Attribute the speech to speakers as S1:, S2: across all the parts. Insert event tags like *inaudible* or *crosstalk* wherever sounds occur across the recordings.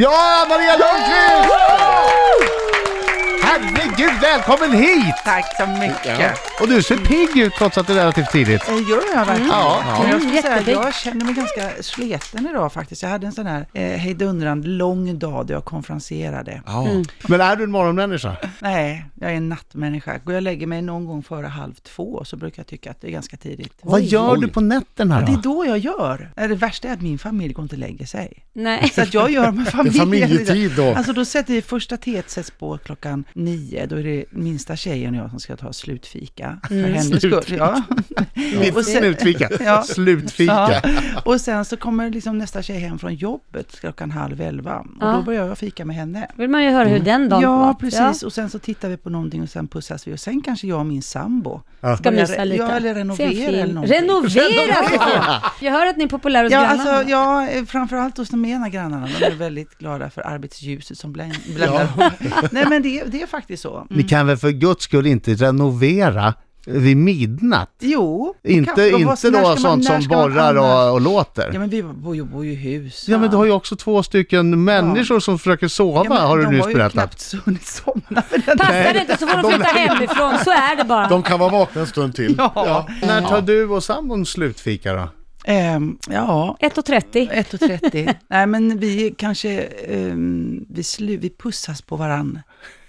S1: Ja, Maria Lundqvist! Herregud, välkommen hit!
S2: Tack så mycket.
S1: Och du ser pigg ut trots att det är relativt tidigt.
S2: Eh, Gör jag verkligen?
S1: Ja.
S2: Men Jag, skulle säga,
S3: jättepigg.
S2: jag känner mig ganska sleten idag faktiskt. Jag hade en sån här eh, hejdundrande lång dag då jag konferenserade.
S1: Men är du en morgonmänniska?
S2: Nej, jag är en nattmänniska. Går jag och lägger mig någon gång före halv två så brukar jag tycka att det är ganska tidigt.
S1: Vad gör
S4: Oj.
S1: du på nätterna
S2: Det är
S1: då?
S2: då jag gör. Eh, Det värsta är att min familj går inte och lägger sig.
S3: Nej.
S2: Så att jag
S1: *laughs*
S2: gör med familjen.
S1: familjetid då.
S2: Alltså då sätter vi första teet sätts på klockan nio. Då är det minsta tjejen och jag som ska ta slutfika. För hennes skull. Ja.
S1: *laughs*
S2: Och sen-
S1: Mm. Slutfika.
S2: *laughs* Ja.
S1: Slutfika. *laughs*
S2: Ja. Och sen så kommer liksom nästa tjej hem från jobbet klockan halv elva. Och
S3: Ja.
S2: då börjar jag fika med henne.
S3: vill man ju höra hur den dagen
S2: Ja,
S3: var.
S2: precis. Och sen så tittar vi på någonting och sen pussas vi. Och sen kanske jag och min sambo
S3: Ska
S2: börjar-
S3: mysa lite.
S2: Ja, eller
S3: Se en
S2: renovera
S3: film.
S2: eller någonting.
S3: Renovera! ja.
S2: *laughs*
S3: Jag hör att ni är populära hos
S2: Ja,
S3: grannarna.
S2: alltså, ja, eh, framförallt hos de ena grannarna. De är väldigt glada för arbetsljuset som bländ- bländar.
S1: *laughs*
S2: Nej, men det, det är faktiskt så. Mm.
S1: Ni kan väl för guds skull inte renovera vid midnatt?
S2: Jo. det
S1: Inte,
S2: kan- och vad-
S1: inte
S2: när ska
S1: då
S2: man-
S1: sånt
S2: när
S1: som
S2: ska man
S1: borrar
S2: annars-
S1: och, och låter?
S2: Ja, men vi bor ju, bor ju i hus.
S1: Ja men du har ju också två stycken människor som försöker sova
S2: men
S1: har du
S2: de
S1: nyss
S2: har ju
S1: berättat.
S2: knappt *laughs* hunnit somna för den
S3: Passar det inte så får de flytta hemifrån, så är det bara.
S4: De kan vara vakna en stund till.
S2: Ja.
S1: När tar du och sambon slutfika då?
S2: Ehm, ja,
S3: 1.30.
S1: *laughs*
S2: 1.30. Nej, men vi kanske, ehm, vi, slu, vi pussas på varann.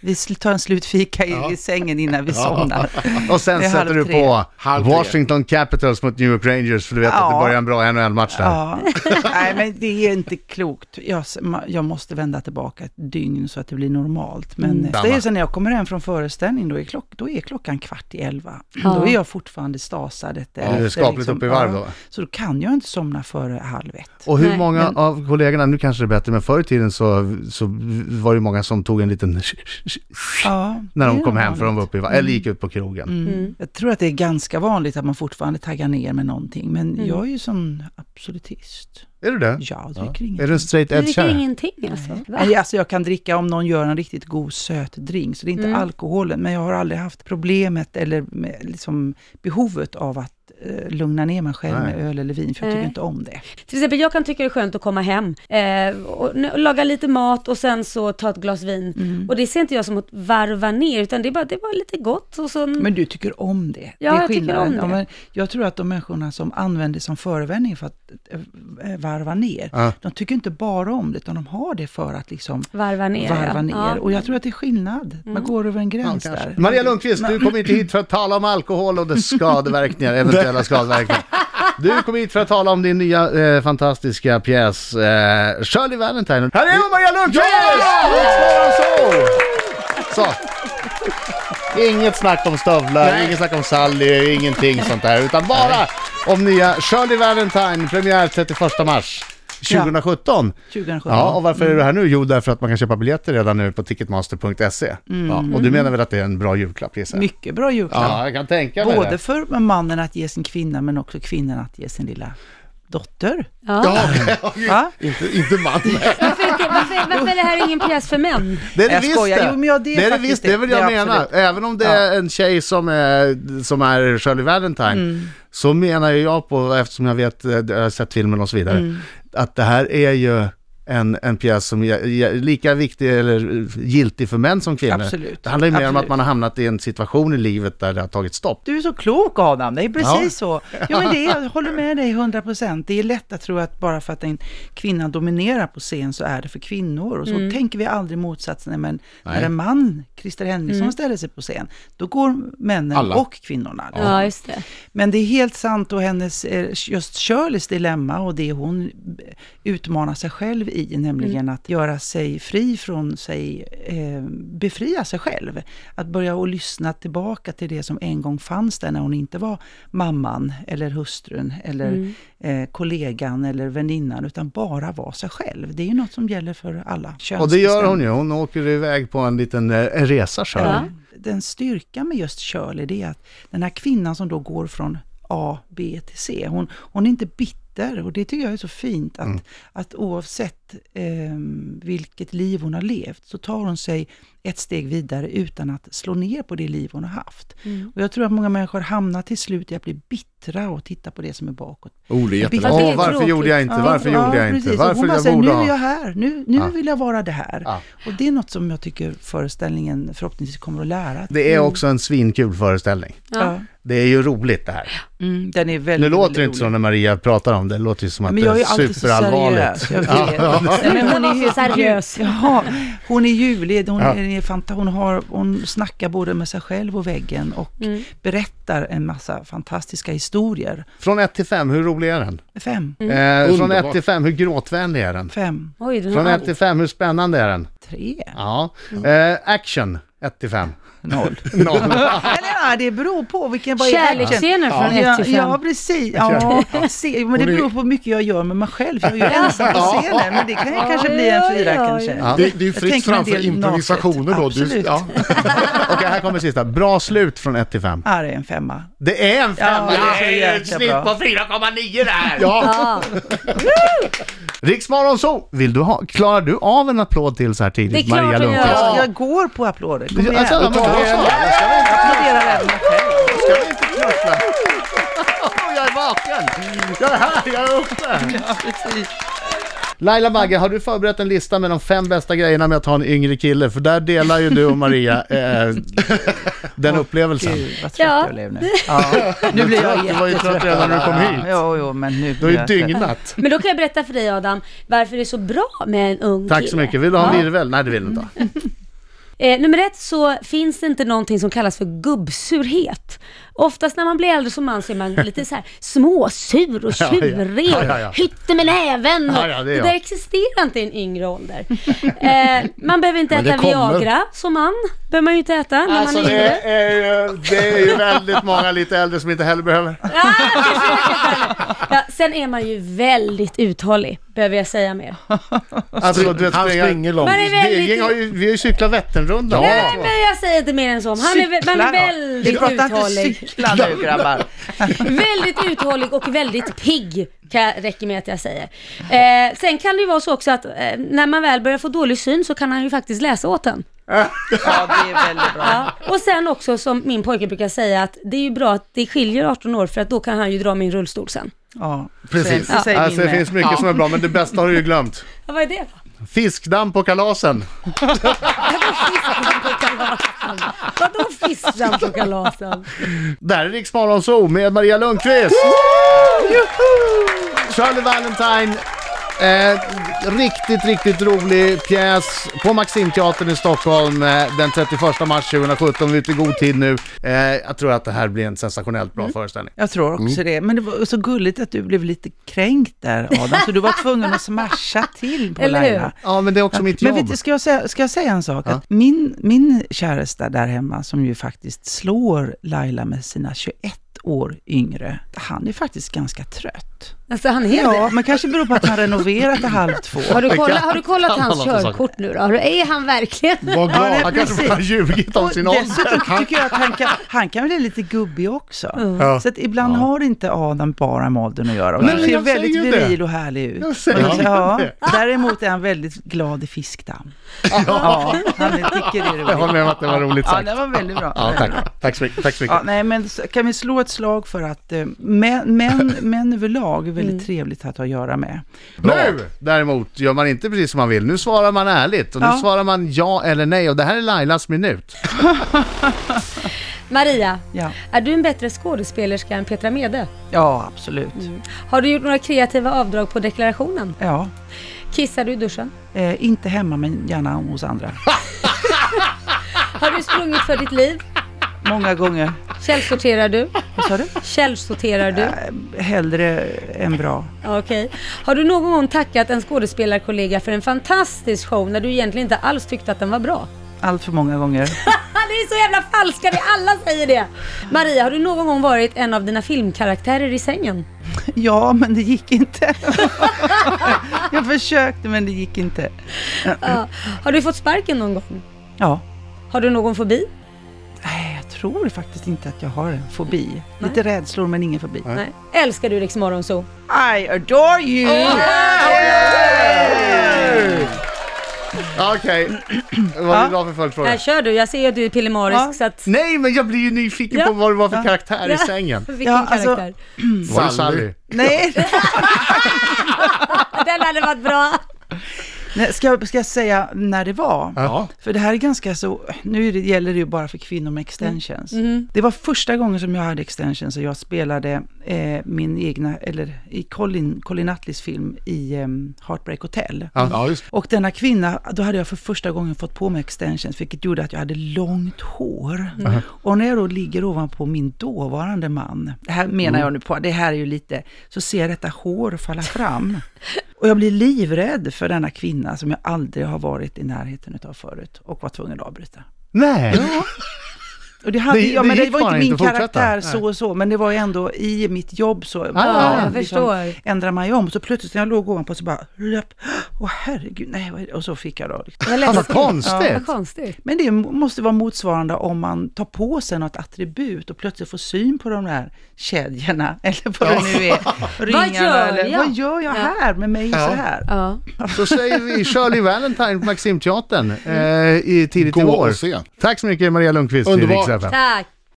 S2: Vi sl- tar en slutfika i, i sängen innan vi somnar.
S1: Och sen
S2: Det är
S1: sätter
S2: halv
S1: du
S2: tre.
S1: på
S4: Halv tre.
S1: Washington Capitals mot New York Rangers för du vet att
S2: Ja.
S1: det börjar en bra NHL-match där.
S2: Ja. Nej, men det är inte klokt. Jag, s- ma- jag måste vända tillbaka ett dygn så att det blir normalt. Men eh, det är
S1: Samma.
S2: ju sen när jag kommer hem från föreställning, då är, klock, då är klockan kvart i elva.
S3: Ja.
S2: Då är jag fortfarande stasad. Efter, liksom.
S1: Du är skapligt uppe i varv då.
S2: Så då kan jag inte somna före halv ett.
S1: Och hur
S3: Nej,
S1: många
S2: men-
S1: av kollegorna, nu kanske det är bättre, men förr i tiden så, så var det många som tog en liten
S2: Ja,
S1: när
S2: det
S1: de
S2: är
S1: kom hem för de
S2: vanligt.
S1: var uppe i varv, eller gick ut på krogen.
S3: Mm.
S2: Jag tror att det är ganska vanligt att man fortfarande taggar ner med någonting, men
S3: Mm.
S2: jag är ju sån absolutist.
S1: Är du det?
S2: Jag dricker
S1: Är
S2: inget.
S1: du en straight
S3: Du dricker
S1: edge
S3: ingenting alltså. Va?
S2: Nej, alltså jag kan dricka om någon gör en riktigt god söt drink, så det är inte
S3: Mm.
S2: alkoholen, men jag har aldrig haft problemet eller med, liksom, behovet av att eh, lugna ner mig själv
S1: Nej.
S2: med öl eller vin, för jag
S3: Nej.
S2: tycker inte om det.
S3: Till exempel, jag kan tycka det är skönt att komma hem eh, och nu- laga lite mat och sen så ta ett glas vin.
S2: Mm.
S3: Och det ser inte jag som att varva ner, utan det är bara, det var lite gott och så...
S2: Men du tycker om det.
S3: Mm. Ja,
S2: det är
S3: jag tycker
S2: skillnaden.
S3: om det.
S2: Ja, men jag tror att de människorna som använder det som förevändning för att eh, varva ner,
S1: Ja.
S2: de tycker inte bara om det, utan de har det för att liksom
S3: varva ner.
S2: varva
S3: ja.
S2: ner.
S3: Ja. Mm.
S2: Och jag tror att det är skillnad. Man går över en gräns där.
S1: Maria Lundqvist, du kom inte hit för att tala om alkohol och dess skadeverkningar, eventuella skadeverkningar. Du kom hit för att tala om din nya eh, fantastiska pjäs eh, Shirley Valentine. Här är hon, Maria Lundqvist! Riks Morgonzoo! Så. Inget snack om stövlar, inget snack om Sally, ingenting sånt där. Utan bara om nya Shirley Valentine, premiär 31 mars 2017.
S2: 2017.
S1: Ja, och varför är du här nu? Jo, därför att man kan köpa biljetter redan nu på ticketmaster.se. Ja, och du menar väl att det är en bra julklapp, gissar jag?
S2: Mycket bra
S1: Ja,
S2: julklapp.
S1: jag kan tänka mig
S2: Både
S1: det.
S2: för mannen att ge sin kvinna, men också kvinnan att ge sin lilla dotter.
S3: Ja.
S1: *laughs*
S2: Va?
S4: Inte, inte man.
S3: Varför, inte, varför, varför är det här ingen pjäs för män?
S1: Det är det
S2: Jag
S1: visst
S2: skojar.
S1: det.
S2: Jo, men ja, det är
S1: det är det
S2: faktiskt
S1: visst,
S2: det.
S1: det är väl jag
S2: Det är
S1: menar.
S2: absolut.
S1: Även om det är en tjej som är, som är Shirley Valentine,
S2: Mm.
S1: så menar ju jag på, eftersom jag vet, eh, jag har sett filmen och så vidare,
S2: Mm.
S1: att det här är ju en, en pjäs som är är lika viktig eller giltig för män som kvinnor.
S2: Absolut.
S1: Det handlar ju mer om
S2: Absolut.
S1: att man har hamnat i en situation i livet där det har tagit stopp.
S2: Du är så klok Adam, det är precis
S1: Ja.
S2: så. Ja, men det, är- jag håller med dig 100 procent. Det är lätt att tro att bara för att en kvinna dominerar på scen så är det för kvinnor. Och så
S3: Mm.
S2: tänker vi aldrig motsatsen. Men när
S1: Nej.
S2: en man, Christer Henriksson,
S3: Mm.
S2: ställer sig på scen, då går männen
S4: Alla.
S2: och kvinnorna.
S3: Ja, just det.
S2: Men det är helt sant och hennes, eh, just Shirleys dilemma och det hon utmanar sig själv i, nämligen att göra sig fri från sig, eh, befria sig själv. Att börja och lyssna tillbaka till det som en gång fanns där när hon inte var mamman eller hustrun eller eh, kollegan eller väninnan, utan bara var sig själv. Det är ju något som gäller för alla
S1: Och det gör hon ju, hon åker iväg på en liten eh, en resa Shirley.
S3: Ja.
S2: den styrka med just Shirley, det är att den här kvinnan som då går från A, B till C, hon, hon är inte bitter och det tycker jag är så fint att, att oavsett oavsett eh, vilket liv hon har levt så tar hon sig ett steg vidare utan att slå ner på det liv hon har haft.
S3: Mm.
S2: Och jag tror att många människor hamnar till slut i att bli bittra och titta på det som är bakåt.
S4: Oh, det är jättebra.
S3: Fast det är
S1: Åh, varför
S3: tråkigt.
S1: gjorde jag inte?
S3: Ja,
S1: Varför
S3: det är
S1: gjorde jag
S2: precis.
S1: inte?
S2: Och
S1: Varför
S2: hon bara
S1: jag
S2: säger, nu
S1: borde
S2: är
S1: ha...
S2: jag här, nu, nu
S1: Ja.
S2: vill jag vara det här.
S1: Ja.
S2: Och det är något som jag tycker föreställningen förhoppningsvis kommer att lära. Att-
S1: Det är också en svinkul föreställning.
S2: Ja.
S1: Det är ju roligt det här.
S2: Mm, den är väldigt,
S1: Nu låter
S2: väldigt
S1: det inte så
S2: rolig.
S1: när Maria pratar om det. Det låter ju som att
S2: Men
S1: det
S2: jag är ju
S1: är
S2: alltid så
S1: superallvarligt.
S2: seriös. Jag vet. Nej, men hon är ju
S3: Seriös.
S2: Ja, hon är ljuvlig, hon,
S1: Ja.
S2: är fanta, hon, har, hon snackar både med sig själv och väggen och berättar en massa fantastiska historier.
S1: Från 1 till 5, hur rolig är den?
S2: Fem,
S1: Eh, från
S4: Underbart.
S1: 1 till 5, hur gråtvänlig är den?
S2: fem,
S3: Oj, den
S1: Från
S3: har
S1: 1 till 5, hur spännande är den?
S2: tre,
S1: Ja.
S2: Mm.
S1: Eh, action, 1 till
S2: *laughs*
S1: 5.
S2: noll.
S1: Noll.
S2: Eller ja, det beror på vilken, vad är action?
S3: Kärleksscener från ett till
S2: Ja,
S3: fem.
S2: ja, precis. Ja, se, men det beror på hur mycket jag gör med mig själv. Jag är ju ensam på scenen, men det kan ju kanske bli en fyra
S3: Ja, ja,
S2: kanske.
S3: ja.
S4: Det, det är ju
S2: Jag tänker
S4: fritt
S2: en
S4: fram för
S2: del
S4: improvisationer då.
S2: naket.
S4: Du,
S2: Absolut.
S4: ja.
S1: Okej, här kommer sista. Bra slut från 1 till 5.
S2: Ja, det är en femma.
S1: Det är en femma!
S2: Ja, det är så
S1: ju ett
S2: jäkla
S1: snitt
S2: bra.
S1: på 4,9 där!
S4: ja.
S3: Ja,
S1: Riksmorgon så vill du ha, klarar du av en applåd till så här tidigt?
S3: Det är klart
S1: Maria
S3: jag
S1: Lundqvist?
S3: gör.
S2: Ja. Jag går på applåder. Kom igen.
S1: Alltså, men,
S2: Jag
S1: då,
S2: applåderar även mig själv.
S1: ska vi inte knuffla? Jag är vaken! Jag är här, jag är uppe!
S2: Ja, precis.
S1: Laila Bagge, har du förberett en lista med de fem bästa grejerna med att ha en yngre kille? För där delar ju du och Maria eh, den upplevelsen.
S2: Gud, vad trött
S3: Ja.
S2: jag blev nu. Ja. Nu blir jag
S1: Du var ju trött
S2: jättetrött.
S1: redan när du kom hit.
S2: Jo, jo, men
S1: Du
S2: nu
S1: har
S2: blir
S1: ju
S2: jag trött.
S1: dygnat.
S3: men då kan jag berätta för dig Adam, varför det är så bra med en ung
S1: Tack
S3: kille.
S1: så mycket. Vill du ha en
S3: Ja.
S1: virvel? Nej, det vill du inte ha.
S3: Eh, nummer ett så finns det inte någonting som kallas för gubbsurhet. Oftast när man blir äldre som man så är man lite så här småsur och
S1: Ja, ja.
S3: tjurig
S1: Ja, ja, ja.
S3: och hytter med näven. och-
S1: Ja, ja, det är
S3: det
S1: jag.
S3: där existerar inte i en yngre ålder. Eh, man behöver inte
S4: Men det
S3: äta
S4: kommer.
S3: Viagra som man. behöver man ju inte äta när
S1: Alltså
S3: man är
S1: det
S3: yngre.
S1: är, ju, det är ju väldigt många lite äldre som inte heller behöver.
S3: Ah, Ja, sen är man ju väldigt uthållig, behöver jag säga mer.
S1: Alltså, du vet,
S4: Han springer långt.
S3: Men det är väldigt-
S1: Deging har ju, vi har ju cyklat Vätternrundan.
S3: Nej, men jag säger inte mer än så. Han är, vä- man
S2: Cykla.
S3: är väldigt
S2: Vi pratar inte
S3: uthållig.
S2: cykla nu grabbar.
S3: Väldigt uthållig och väldigt pigg, kan jag, räcker med att jag säger. Eh, sen kan det ju vara så också att eh, när man väl börjar få dålig syn så kan han ju faktiskt läsa åt en.
S2: Ja, det är väldigt bra.
S3: Ja. Och sen också som min pojke brukar säga att det är ju bra att det skiljer 18 år för att då kan han ju dra min rullstol sen.
S2: Ja,
S1: Precis.
S2: Så, så säger
S1: Alltså
S2: min
S1: det
S2: med.
S1: finns mycket som är bra, men det bästa har du ju glömt.
S3: Ja, vad är det då?
S1: Fiskdamm på kalasen.
S3: Vadå fiskdamm på kalasen?
S1: Där är Rix Morgon Zoo med Maria Lundqvist. Shirley Valentine. Eh, riktigt, riktigt rolig pjäs på Maximteatern i Stockholm eh, den 31 mars 2017. Vi är ute i god tid nu. Eh, jag tror att det här blir en sensationellt
S2: Mm.
S1: bra föreställning.
S2: Jag tror också
S1: Mm.
S2: det. Men det var så gulligt att du blev lite kränkt där Adam, så du var tvungen att smasha till på
S3: Eller hur?
S2: Laila.
S1: Ja, men det är också mitt
S2: Men
S1: jobb.
S2: vet du, ska jag säga, ska jag säga en sak? Att min, min käresta där hemma, som ju faktiskt slår Laila med sina 21 år yngre, han är faktiskt ganska trött.
S3: Alltså han är det.
S2: Ja, men kanske beror på att han renoverat till halv två.
S3: Har du kollat, har du kollat
S1: kan
S3: hans
S1: vara så.
S3: körkort nu då? Har du- Är han verkligen...
S4: Vad
S2: Ja,
S4: glad.
S2: det-
S1: Han kanske
S2: precis.
S1: bara har ljugit om sin ålder.
S2: Dessutom tycker jag att han kan, han kan bli lite gubbig också. Så att ibland har inte Adam bara med åldern att göra. Och
S1: Nej,
S2: han
S1: men
S2: ser
S1: jag
S2: väldigt
S1: säger ju det.
S2: viril och härlig ut.
S1: Jag säger
S2: Men,
S1: ju
S2: ja,
S1: det.
S2: däremot är han väldigt glad i fiskdamm. Ja, han tycker det är
S1: Jag håller
S2: roligt.
S1: med om att det var roligt
S2: Ja,
S1: sagt.
S2: det var väldigt bra.
S1: Ja, tack. Tack så mycket. Tack så mycket.
S2: Ja, nej, men s- kan vi slå ett slag för att eh, män,
S1: *laughs*
S2: män, män överlag är väldigt trevligt att ha att göra med.
S1: Nu däremot gör man inte precis som man vill. Nu svarar man ärligt och nu
S2: Ja.
S1: svarar man ja eller nej och det här är Lailas minut.
S3: Maria,
S2: Ja,
S3: är du en bättre skådespelerska än Petra Mede?
S2: ja absolut.
S3: Har du gjort några kreativa avdrag på deklarationen?
S2: Ja.
S3: Kissar du i duschen?
S2: Eh, inte hemma, men gärna hos andra.
S1: *laughs*
S3: Har du sprungit för ditt liv?
S2: Många gånger.
S3: Källsorterar du?
S2: Vad sa du?
S3: Källsorterar du?
S2: Eh, Hellre än bra.
S3: Ja, Okej. Har du någon gång tackat en skådespelarkollega för en fantastisk show när du egentligen inte alls tyckte att den var bra? *laughs*
S2: Allt för många gånger.
S3: Ah, det är så jävla falska, det alla säger det! Maria, har du någon gång varit en av dina filmkaraktärer i sängen?
S2: *laughs* Ja, men det gick inte. *laughs* Jag försökte, men det gick inte.
S3: Ja. Har du fått sparken någon gång?
S2: Ja.
S3: Har du någon fobi?
S2: Nej, jag tror faktiskt inte att jag har en fobi. Lite rädslor, men ingen fobi.
S3: Nej. Älskar du Rix Morgonzoo?
S2: I adore you! Yay!
S1: Ja, Okej, vad är du glad för följdfråga?
S3: Här kör du, jag ser ju att du är pillemarisk
S2: Ja.
S3: så att... *laughs*
S1: Nej, men jag blir ju nyfiken
S3: Ja. Mm.
S1: på vad det var för karaktär i sängen.
S3: Vilken
S2: Ja, alltså-
S3: karaktär.
S1: Var det Sally?
S2: Nej,
S3: Den hade varit bra.
S2: nej, ska, jag- ska jag säga när det var?
S1: Ja.
S2: För det här är ganska så, nu är det- gäller det ju bara för kvinnor med extensions. Det var första gången som jag hade extensions och jag spelade eh, min egna, eller i Colin, Colin Atleys film i eh, Heartbreak Hotel.
S4: Ja, just
S2: Och denna kvinna, då hade jag för första gången fått på mig extensions, vilket gjorde att jag hade långt hår. Och när jag då ligger ovanpå min dåvarande man, det här
S1: Mm.
S2: menar jag nu på, det här är ju lite, så ser jag detta hår falla fram. Och jag blir livrädd för denna kvinna som jag aldrig har varit i närheten utav förut och var tvungen att avbryta.
S1: Nej.
S2: Och det, hade,
S1: Det-
S2: ja,
S1: det
S2: men det
S1: gick
S2: var
S1: bara
S2: inte min
S1: inte att fortsätta.
S2: karaktär
S1: Nej.
S2: så och så, men det var ju ändå i mitt jobb så liksom
S1: ja, jag
S3: förstår.
S2: ändrar man ju om. Så plötsligt när jag låg ovanpå så bara, löp, åh herregud, nej, vad är det? och så fick jag då. Liksom.
S3: Vad
S1: Alltså,
S3: läskigt.
S1: konstigt.
S3: Vad konstigt.
S2: Men det måste vara motsvarande om man tar på sig något attribut och plötsligt får syn på de där kedjorna, *laughs* eller vad det nu är, ringarna,
S3: gör
S2: eller
S3: jag?
S2: vad gör jag
S3: Ja.
S2: här med mig så här?
S3: Ja.
S1: Då säger vi Shirley Valentine på Maximteatern eh, i tidigt i
S4: Gå
S1: år.
S4: och se.
S1: Tack så mycket Maria Lundqvist i
S4: Underbart.
S1: Riksdagen.
S3: Tack.